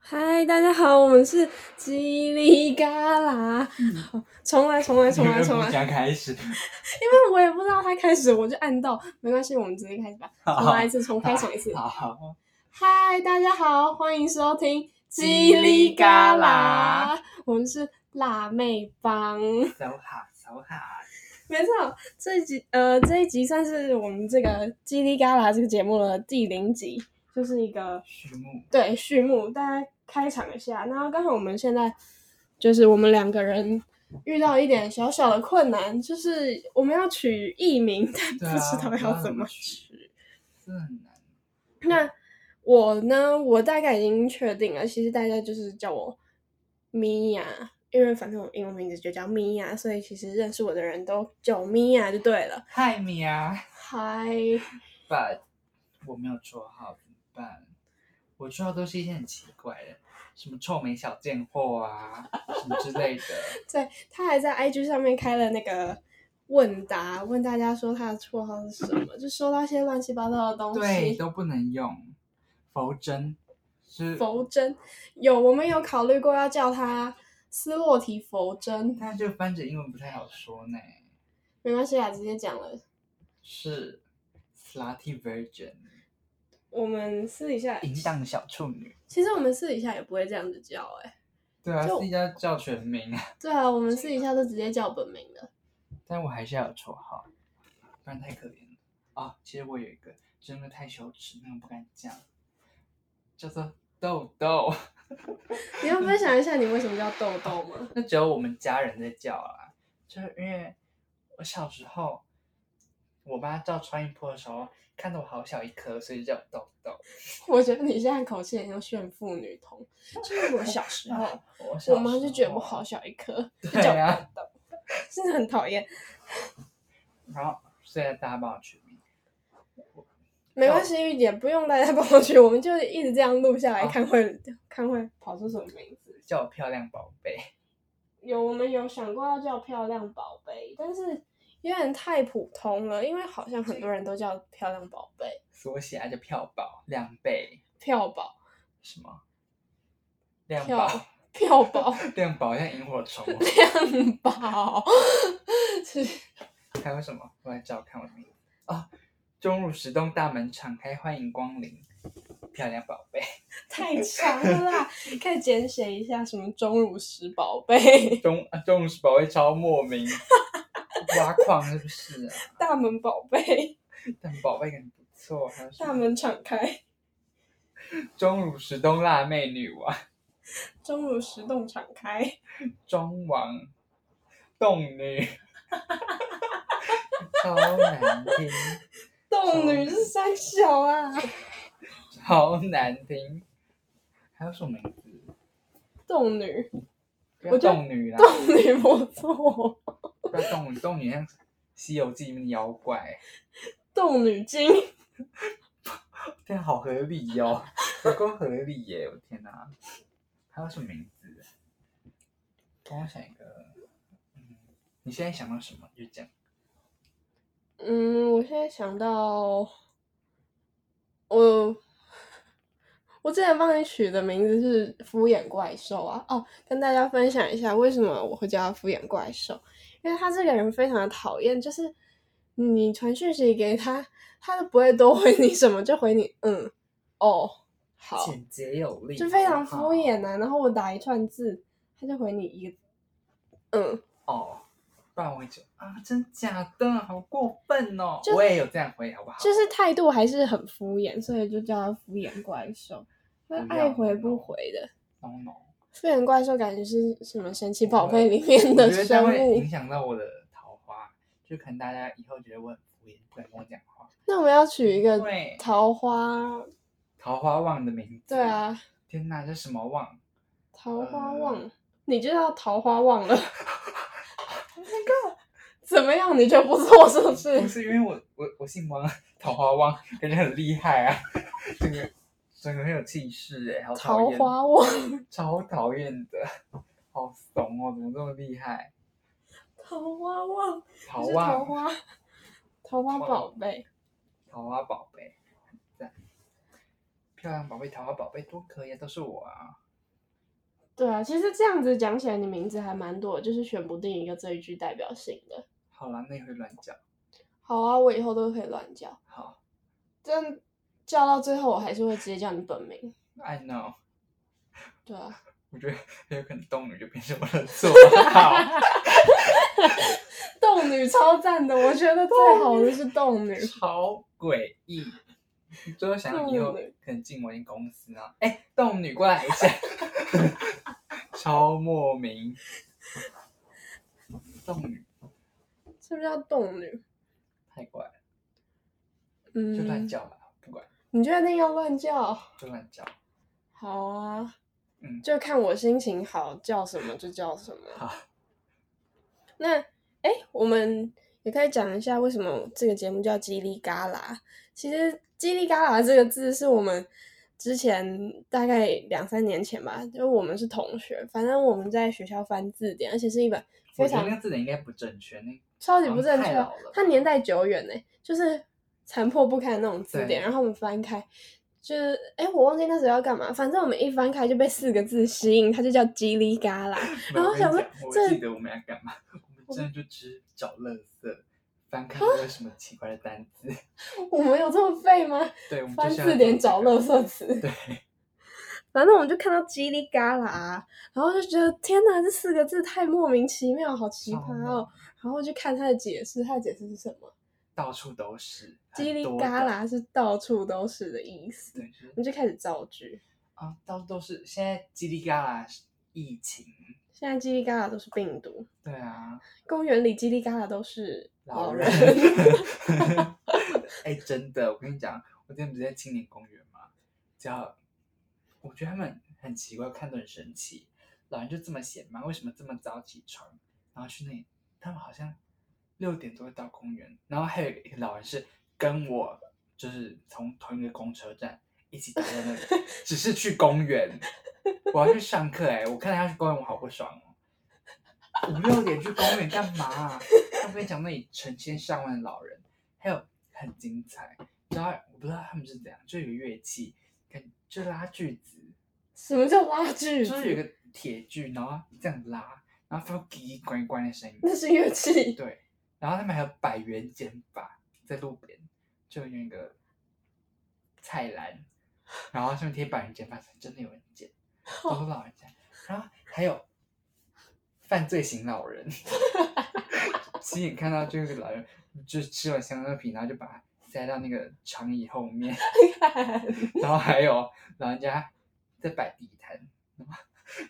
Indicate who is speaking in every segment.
Speaker 1: 嗨，大家好，我们是叽里嘎啦， 好重来，重来， 重来， 重来，因
Speaker 2: 想 开始，
Speaker 1: 为我也不知道它开始，我就按到，没关系，我们直接开始吧，重来一次，重开场一次。
Speaker 2: 好，
Speaker 1: 嗨，大家好，欢迎收听叽里嘎
Speaker 2: 啦
Speaker 1: 啦，我们是辣妹帮，
Speaker 2: 走好，走好，
Speaker 1: 没错，这一集呃这一集算是我们这个叽里嘎啦这个节目的第零集，就是一个
Speaker 2: 序幕，
Speaker 1: 对序幕，大家开场一下。那刚好我们现在就是我们两个人遇到一点小小的困难，就是我们要取艺名，但
Speaker 2: 对
Speaker 1: 不知
Speaker 2: 啊
Speaker 1: 道要怎么取。
Speaker 2: 这很难，
Speaker 1: 那我呢，我大概已经确定了，其实大家就是叫我米娅，因为反正我英文名字就叫米娅，所以其实认识我的人都叫我米娅就对了。
Speaker 2: 嗨米娅
Speaker 1: 嗨，
Speaker 2: ，but 我没有绰号怎么办？我绰号都是一些很奇怪的，什么臭美小贱货 啊，什么之类的，
Speaker 1: 对他还在 IG 上面开了那个问答，问大家说他的绰号是什么，就说到一些乱七八糟的东
Speaker 2: 对，
Speaker 1: 西。
Speaker 2: 都不能用，佛针是，
Speaker 1: 佛针有，我们有考虑过要叫他斯洛提佛针，
Speaker 2: 那就翻着英文不太好说呢，
Speaker 1: 没关系啊，直接讲了。
Speaker 2: 是 slutty virgin，
Speaker 1: 我们私底下，
Speaker 2: 淫荡小处女。
Speaker 1: 其实我们私底下也不会这样子叫哎、
Speaker 2: 对啊，
Speaker 1: 就是
Speaker 2: 要叫全名啊，
Speaker 1: 对啊，我们私底下都直接叫本名的。
Speaker 2: 但我还是要有绰号，不然太可怜了啊、其实我有一个真的太羞耻，那个不敢讲，叫做豆豆。
Speaker 1: 你要分享一下你为什么叫豆豆吗？
Speaker 2: 那只有我们家人在叫啊，就是因为我小时候，我妈照穿衣坡的时候看到我好小一颗，所以就叫我豆豆。
Speaker 1: 我觉得你现在口气很像炫富女童，就是我小时候。
Speaker 2: 我 小
Speaker 1: 我妈就觉得我
Speaker 2: 时候
Speaker 1: 好小一颗，就
Speaker 2: 对
Speaker 1: 叫
Speaker 2: 啊
Speaker 1: 我豆豆， 真的很讨厌。
Speaker 2: 然后所以大家帮我取名，
Speaker 1: 没关系，也不用大家帮我取，我们就一直这样录下来，
Speaker 2: 好
Speaker 1: 看会看会跑出什么名字。
Speaker 2: 叫我漂亮宝贝。
Speaker 1: 有我们有想过要叫漂亮宝贝，但是有点太普通了，因为好像很多人都叫漂亮宝贝、
Speaker 2: 所写啊，就票宝两倍
Speaker 1: 票宝、
Speaker 2: 什么？亮
Speaker 1: 票
Speaker 2: 宝，
Speaker 1: 票宝、
Speaker 2: 亮宝像萤火虫哦，
Speaker 1: 亮宝，是
Speaker 2: 还有什么？我来找看我的名字啊！中乳石洞大门敞开，欢迎光临，漂亮宝贝。
Speaker 1: 太长了啦，可以简写一下什么钟乳石宝贝、
Speaker 2: 中啊中乳石宝贝超莫名， 挖矿是不是啊？
Speaker 1: 大门宝贝、
Speaker 2: 但宝贝感觉不错，还有什
Speaker 1: 大
Speaker 2: 么？
Speaker 1: 门敞开。
Speaker 2: 中乳石洞辣妹女王，
Speaker 1: 钟乳石洞敞开，
Speaker 2: 中王，洞女， 超难听，
Speaker 1: 洞女是三小啊，
Speaker 2: 超难听。还有什么名字？
Speaker 1: 洞女，
Speaker 2: 不
Speaker 1: 我
Speaker 2: 要
Speaker 1: 觉得
Speaker 2: 动 女啦，
Speaker 1: 洞女不错，
Speaker 2: 不要动女，动女像《西游记》里面的妖怪，
Speaker 1: 洞女精，
Speaker 2: 这样好合理哟、 哦，不够合理耶！我天哪，还有什么名字？帮我想一个。嗯，你现在想到什么就讲。
Speaker 1: 嗯，我现在想到，我我之前帮你取的名字是敷衍怪兽啊，哦，跟大家分享一下为什么我会叫他敷衍怪兽，因为他这个人非常的讨厌，就是你传讯息给他，他都不会多回你什么，就回你嗯，哦，好，
Speaker 2: 简洁有力
Speaker 1: 就非常敷衍呐、然后我打一串字，他就回你一个，嗯，
Speaker 2: 哦。不然我会觉得啊，真假的，好过分哦！
Speaker 1: 就
Speaker 2: 我也有这样回，好不好？
Speaker 1: 就是态度还是很敷衍，所以就叫他敷衍怪兽。他
Speaker 2: 不要
Speaker 1: 爱回不回的，
Speaker 2: no no，
Speaker 1: 敷衍怪兽感觉是什么神奇宝
Speaker 2: 我
Speaker 1: 贝里面的
Speaker 2: 我觉得这样
Speaker 1: 生
Speaker 2: 会
Speaker 1: 物
Speaker 2: 影。响到我的桃花，就可能大家以后觉得我很敷衍，不敢跟我讲话。
Speaker 1: 那我们要取一个
Speaker 2: 对
Speaker 1: 桃花
Speaker 2: 桃花旺的名字。
Speaker 1: 对，啊，
Speaker 2: 天哪，这什么旺？
Speaker 1: 桃花
Speaker 2: 呃
Speaker 1: 旺，你就叫桃花旺 了。，Oh 怎么样？你觉得不错是不
Speaker 2: 不
Speaker 1: 是？
Speaker 2: 是因为我我我姓汪，桃花旺，感觉很厉害啊， 整个整个很有气势哎、好讨
Speaker 1: 桃
Speaker 2: 厌，
Speaker 1: 花旺，
Speaker 2: 超讨厌的，好怂哦，怎么这么厉害？
Speaker 1: 桃花旺，
Speaker 2: 桃
Speaker 1: 你是桃
Speaker 2: 旺，
Speaker 1: 花，桃花
Speaker 2: 桃花
Speaker 1: 宝贝。
Speaker 2: 桃花宝贝，很赞，漂亮宝贝，桃花宝贝多可以啊，都是我啊，
Speaker 1: 对啊，其实这样子讲起来，你名字还蛮多的，就是选不定一个最具代表性的。
Speaker 2: 好啦，那也会乱叫，
Speaker 1: 好啊，我以后都可以乱叫，
Speaker 2: 好
Speaker 1: 但叫到最后我还是会直接叫你本名。
Speaker 2: ，I know，
Speaker 1: 对啊，
Speaker 2: 我觉得很有可能动女就变成我的绰号，
Speaker 1: 冻女超赞的，我觉得最好的是冻女。
Speaker 2: 超诡异。最后想以后
Speaker 1: 动女
Speaker 2: 可能进我一公司啊，哎、动女过来一下， 超莫名。动女
Speaker 1: 是不是叫冻女？
Speaker 2: 太怪了，就乱
Speaker 1: 嗯，
Speaker 2: 叫吧，不管
Speaker 1: 你确定要乱叫？
Speaker 2: 就乱叫。
Speaker 1: 好啊，
Speaker 2: 嗯
Speaker 1: 嗯就看我心情好，叫什么就叫什么。
Speaker 2: 好，
Speaker 1: 那哎，诶我们也可以讲一下为什么这个节目叫“叽里嘎啦”。其实“叽里嘎啦”这个字是我们之前大概两三年前吧，因为我们是同学，反正我们在学校翻字典，而且是一本
Speaker 2: 我
Speaker 1: 非
Speaker 2: 觉得
Speaker 1: 常
Speaker 2: 那个字典应该不正确，那
Speaker 1: 超级不正
Speaker 2: 好像
Speaker 1: 确哦
Speaker 2: 太老了吧，
Speaker 1: 它年代久远呢、就是残破不堪的那种字典，
Speaker 2: 对
Speaker 1: 然后我们翻开，就是哎、我忘记那时候要干嘛，反正我们一翻开就被四个字吸引，它就叫叽里嘎 啦。然后
Speaker 2: 我跟你
Speaker 1: 想说
Speaker 2: 讲我
Speaker 1: 这
Speaker 2: 记得我们要干嘛？我们真的就只是找乐色，翻看有没有什么奇怪的单词。
Speaker 1: 我们有这么废吗？
Speaker 2: 对，我们就
Speaker 1: 翻
Speaker 2: 是要
Speaker 1: 字典
Speaker 2: 这
Speaker 1: 找
Speaker 2: 个
Speaker 1: 乐色词。
Speaker 2: 对，
Speaker 1: 反正我们就看到叽里嘎啦，然后就觉得天哪，这四个字太莫名其妙，好奇葩哦。然后就看它的解释，它的解释是什么？
Speaker 2: 到处都是，很
Speaker 1: 叽里
Speaker 2: 多
Speaker 1: 嘎
Speaker 2: 的，
Speaker 1: 啦是到处都是的意思。
Speaker 2: 对，就是
Speaker 1: 我们就开始造句，
Speaker 2: 啊，到处都是。现在叽里嘎啦是疫情，
Speaker 1: 现在叽里嘎啦都是病毒，
Speaker 2: 对啊，
Speaker 1: 公园里叽里嘎啦都是
Speaker 2: 老
Speaker 1: 人
Speaker 2: 人。 哎、真的，我跟你讲，我之前不是在青年公园嘛，只要我觉得他们很奇怪，看得很神奇，老人就这么闲吗？为什么这么早起床，然后去那里？他们好像六点多会到公园，然后还有一个老人是跟我，就是从同一个公车站一起待在那里，只是去公园，我要去上课哎、我看到他去公园，我好不爽哦。五六点去公园干嘛、啊他们跟你讲那里成千上万的老人，还有很精彩。你知道我不知道他们是怎样，就有个乐器，感就拉锯子，
Speaker 1: 什么叫拉锯
Speaker 2: 就
Speaker 1: 子？
Speaker 2: 是有一个铁锯，然后这样拉，然后发出叽叽呱呱的声音。
Speaker 1: 那是乐器，
Speaker 2: 对，然后他们还有百元剪法，在路边就用一个菜篮，然后上面贴百元剪发，真的有人剪，都是老人家。然后还有犯罪型老人， 亲眼看到这个老人就是吃完香蕉皮，然后就把它塞到那个长椅后面，然后还有老人家在摆地摊，然后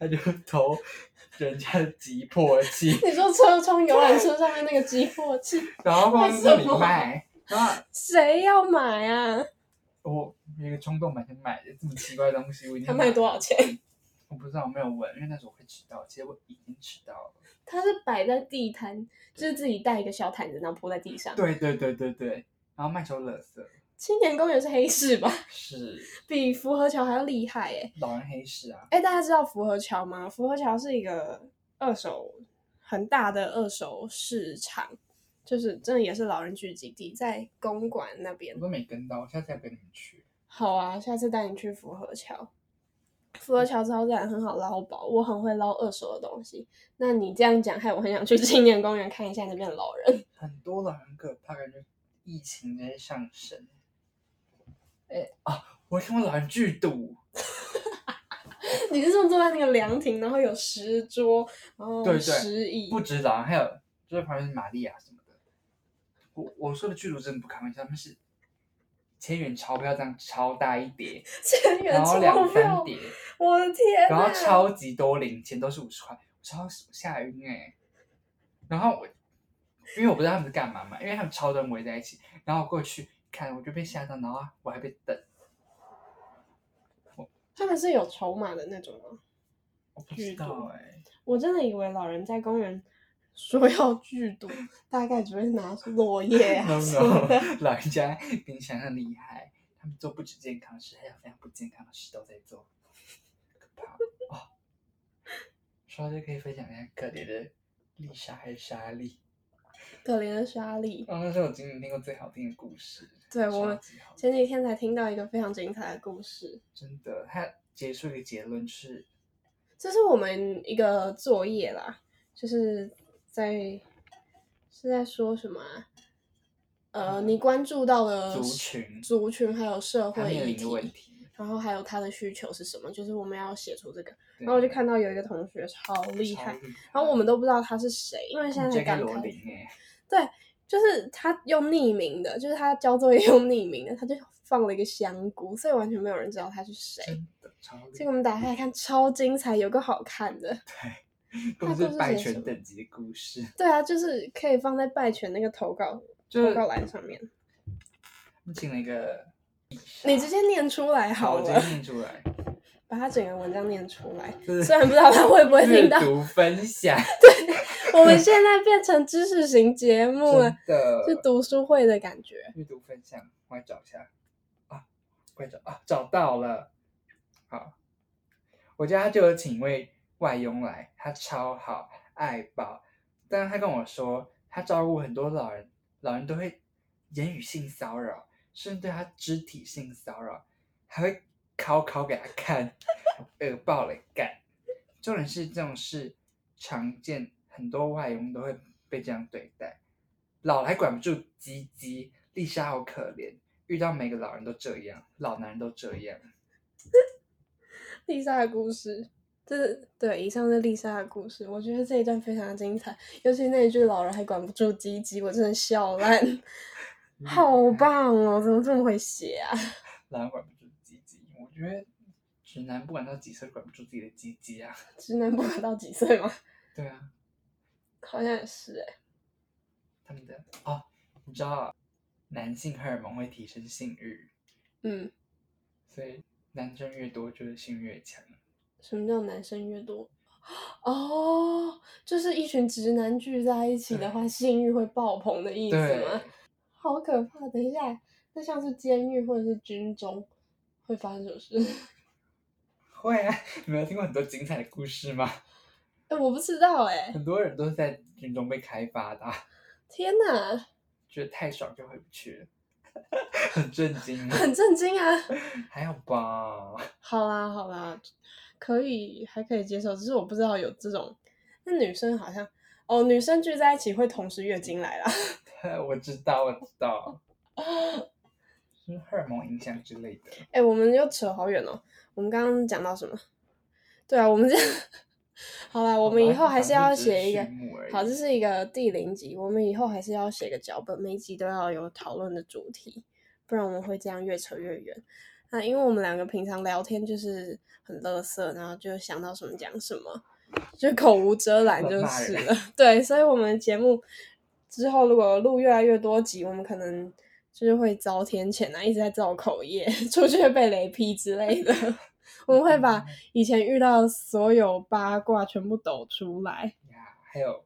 Speaker 2: 他就投人家的急迫器。
Speaker 1: 你说车从游览车上面那个击破器，
Speaker 2: 然后放在这里
Speaker 1: 为什么
Speaker 2: 卖。然后
Speaker 1: 谁要买啊？
Speaker 2: 我有哦一个冲动买就买了这么奇怪的东西，我已经
Speaker 1: 他卖多少钱？
Speaker 2: 我不知道，我没有问，因为那时候我会迟到，其实我已经迟到了。
Speaker 1: 它是摆在地摊，就是自己带一个小毯子，然后铺在地上。
Speaker 2: 对对对对对，然后卖球垃圾
Speaker 1: 青年公园是黑市吧？
Speaker 2: 是
Speaker 1: 比福和桥还要厉害哎、
Speaker 2: 老人黑市啊，
Speaker 1: 哎、大家知道福和桥吗？福和桥是一个二手很大的二手市场，就是真的也是老人聚集地，在公馆那边
Speaker 2: 我。都没跟到，我下次要跟你们去。
Speaker 1: 好啊，下次带你去福和桥。福和桥超赞，很好捞宝，我很会捞二手的东西。那你这样讲，害我很想去青年公园看一下那边的老人。
Speaker 2: 很多老人可怕，感觉疫情在上升。哎啊，我看过老人剧毒，
Speaker 1: 你是说坐在那个凉亭，然后有石桌，然后
Speaker 2: 对对
Speaker 1: 石椅，
Speaker 2: 不止老人，还有就是旁边是玛利亚什么的。我我说的剧毒真的不开玩笑，他们是千元钞票这样超大一叠，
Speaker 1: 千元
Speaker 2: 然后
Speaker 1: 钞
Speaker 2: 两
Speaker 1: 票
Speaker 2: 三，叠，
Speaker 1: 我的天啊
Speaker 2: 然后
Speaker 1: 哪
Speaker 2: 超级多零钱，都是五十块，我超吓晕哎、然后我因为我不知道他们是干嘛嘛，因为他们超多人围在一起，然后我过去看，我就被吓到，然后我还被瞪，
Speaker 1: 他们是有筹码的那种吗？
Speaker 2: 我不知道哎、
Speaker 1: 我真的以为老人在公园说要剧毒， 大概只会拿出落叶
Speaker 2: 欸、
Speaker 1: 啊
Speaker 2: ，no
Speaker 1: 什么的。
Speaker 2: no，老人家比你想象厉害，他们做不止健康的事，还有非常不健康的事都在做，可怕哦。说到这可以分享一下可怜的丽莎还是莎莉，
Speaker 1: 可怜的莎莉，
Speaker 2: 哦，那是我今年听过最好听的故事，
Speaker 1: 对我
Speaker 2: 超
Speaker 1: 们
Speaker 2: 级好听
Speaker 1: 前几天才听到一个非常精彩的故事，
Speaker 2: 真的，他结束一个结论是，
Speaker 1: 这是我们一个作业啦，就是在是在说什么、啊？呃，你关注到的
Speaker 2: 族群
Speaker 1: 族群还有社
Speaker 2: 他
Speaker 1: 会
Speaker 2: 面
Speaker 1: 议
Speaker 2: 临的问
Speaker 1: 题，
Speaker 2: 题。
Speaker 1: 然后还有他的需求是什么？就是我们要写出这个。
Speaker 2: 对
Speaker 1: 然后我就看到有一个同学超厉
Speaker 2: 超
Speaker 1: 害，
Speaker 2: 厉害
Speaker 1: 然后我们都不知道他是谁，因为现在才
Speaker 2: J.K.
Speaker 1: 刚
Speaker 2: 罗
Speaker 1: 开
Speaker 2: 琳哎，
Speaker 1: 就是他用匿名的，就是他交作业用匿名的，他就放了一个香菇，所以完全没有人知道他是谁。
Speaker 2: 真的超厉害。
Speaker 1: 结果我们打开来看，超精彩，有个好看的。
Speaker 2: 都
Speaker 1: 他
Speaker 2: 是
Speaker 1: 故事
Speaker 2: 拜
Speaker 1: 写什
Speaker 2: 权
Speaker 1: 么
Speaker 2: 等级的故事，
Speaker 1: 对啊，就是可以放在拜权那个投稿
Speaker 2: 就
Speaker 1: 投
Speaker 2: 是
Speaker 1: 稿栏上面。
Speaker 2: 请了一个医生。
Speaker 1: 你直接念出来好
Speaker 2: 我直
Speaker 1: 了
Speaker 2: 接，念出来，
Speaker 1: 把他整个文章念出来。
Speaker 2: 就是
Speaker 1: 虽然不知道他会不会
Speaker 2: 阅
Speaker 1: 听到，
Speaker 2: 读分 享，
Speaker 1: 我们现在变成知识型节目了
Speaker 2: 真，的
Speaker 1: 是读书会的感觉。
Speaker 2: 阅读分享，我来找一下啊，我来找啊，找到了。好，我家就有请一位外佣来，她超好，爱宝，但是她跟我说，她照顾很多老人，老人都会言语性骚扰，甚至对她肢体性骚扰，还会考考给她看， 恶爆了干。重点是这种事常见，很多外佣都会被这样对待，老还管不住鸡鸡，丽莎好可怜，遇到每个老人都这样，老男人都这样。
Speaker 1: 丽莎的故事，这是对以上是丽莎的故事，我觉得这一段非常的精彩，尤其那一句“老人还管不住鸡鸡”，我真的笑烂，
Speaker 2: 嗯
Speaker 1: 好棒哦！怎么这么会写啊？
Speaker 2: 老人管不住鸡鸡，我觉得直男不管到几岁管不住自己的鸡鸡啊。
Speaker 1: 直男不管到几岁吗？
Speaker 2: 对啊，
Speaker 1: 好像也是哎、
Speaker 2: 他们的哦，你知道男性荷尔蒙会提升性欲，
Speaker 1: 嗯，
Speaker 2: 所以男生越多就是性越强。
Speaker 1: 什么叫男生越多？哦，就是一群直男聚在一起的话，性欲会爆棚的意思
Speaker 2: 对，
Speaker 1: 吗？ 好可怕！等一下，那像是监狱或者是军中会发生什么事？
Speaker 2: 会啊， 你没有听过很多精彩的故事吗？
Speaker 1: 哎、我不知道哎、
Speaker 2: 很多人都是在军中被开发的啊、
Speaker 1: 天哪，
Speaker 2: 觉得太爽就回不去 了，很震惊。
Speaker 1: 很震惊啊！
Speaker 2: 还好吧？
Speaker 1: 好啦好啦，可以还可以接受，只是我不知道有这种。那女生好像哦，女生聚在一起会同时月经来啦。
Speaker 2: 我知道，我知道，是荷尔蒙影响之类的。
Speaker 1: 哎、我们又扯好远哦。我们刚刚讲到什么？对啊，我们这 好啦，我们以后还是要写一个。好，这是一个第零集，我们以后还是要写个脚本，每一集都要有讨论的主题，不然我们会这样越扯越远。那因为我们两个平常聊天就是很乐色，然后就想到什么讲什么，就口无遮拦就
Speaker 2: 骂
Speaker 1: 是
Speaker 2: 人
Speaker 1: 了。 对，所以我们节目之后如果录越来越多集，我们可能就是会遭天谴啊，一直在造口业， 出去会被雷劈之类的。 我们会把以前遇到的所有八卦全部抖出来。
Speaker 2: 呀，还有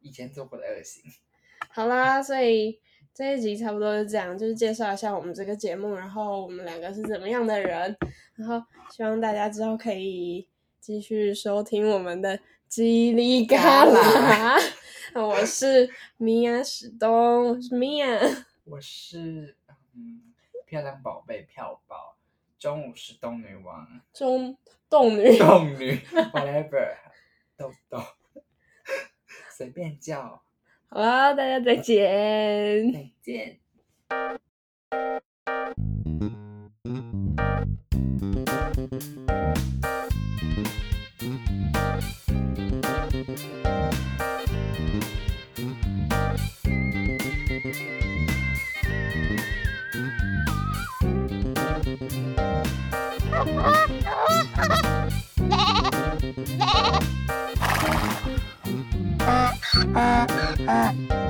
Speaker 2: 以前做过的恶行，
Speaker 1: 好啦，所以这一集差不多是这样，就是介绍一下我们这个节目，然后我们两个是怎么样的人，然后希望大家之后可以继续收听我们的叽里嘎啦。那我是米娅史东，我是米娅，
Speaker 2: 我是嗯漂亮宝贝票宝，中午是冻女 王，
Speaker 1: 中冻 女。
Speaker 2: 冻女 whatever，豆豆， 随便叫，
Speaker 1: 好啦，大家再见。
Speaker 2: 再见。
Speaker 3: Uh, uh, uh.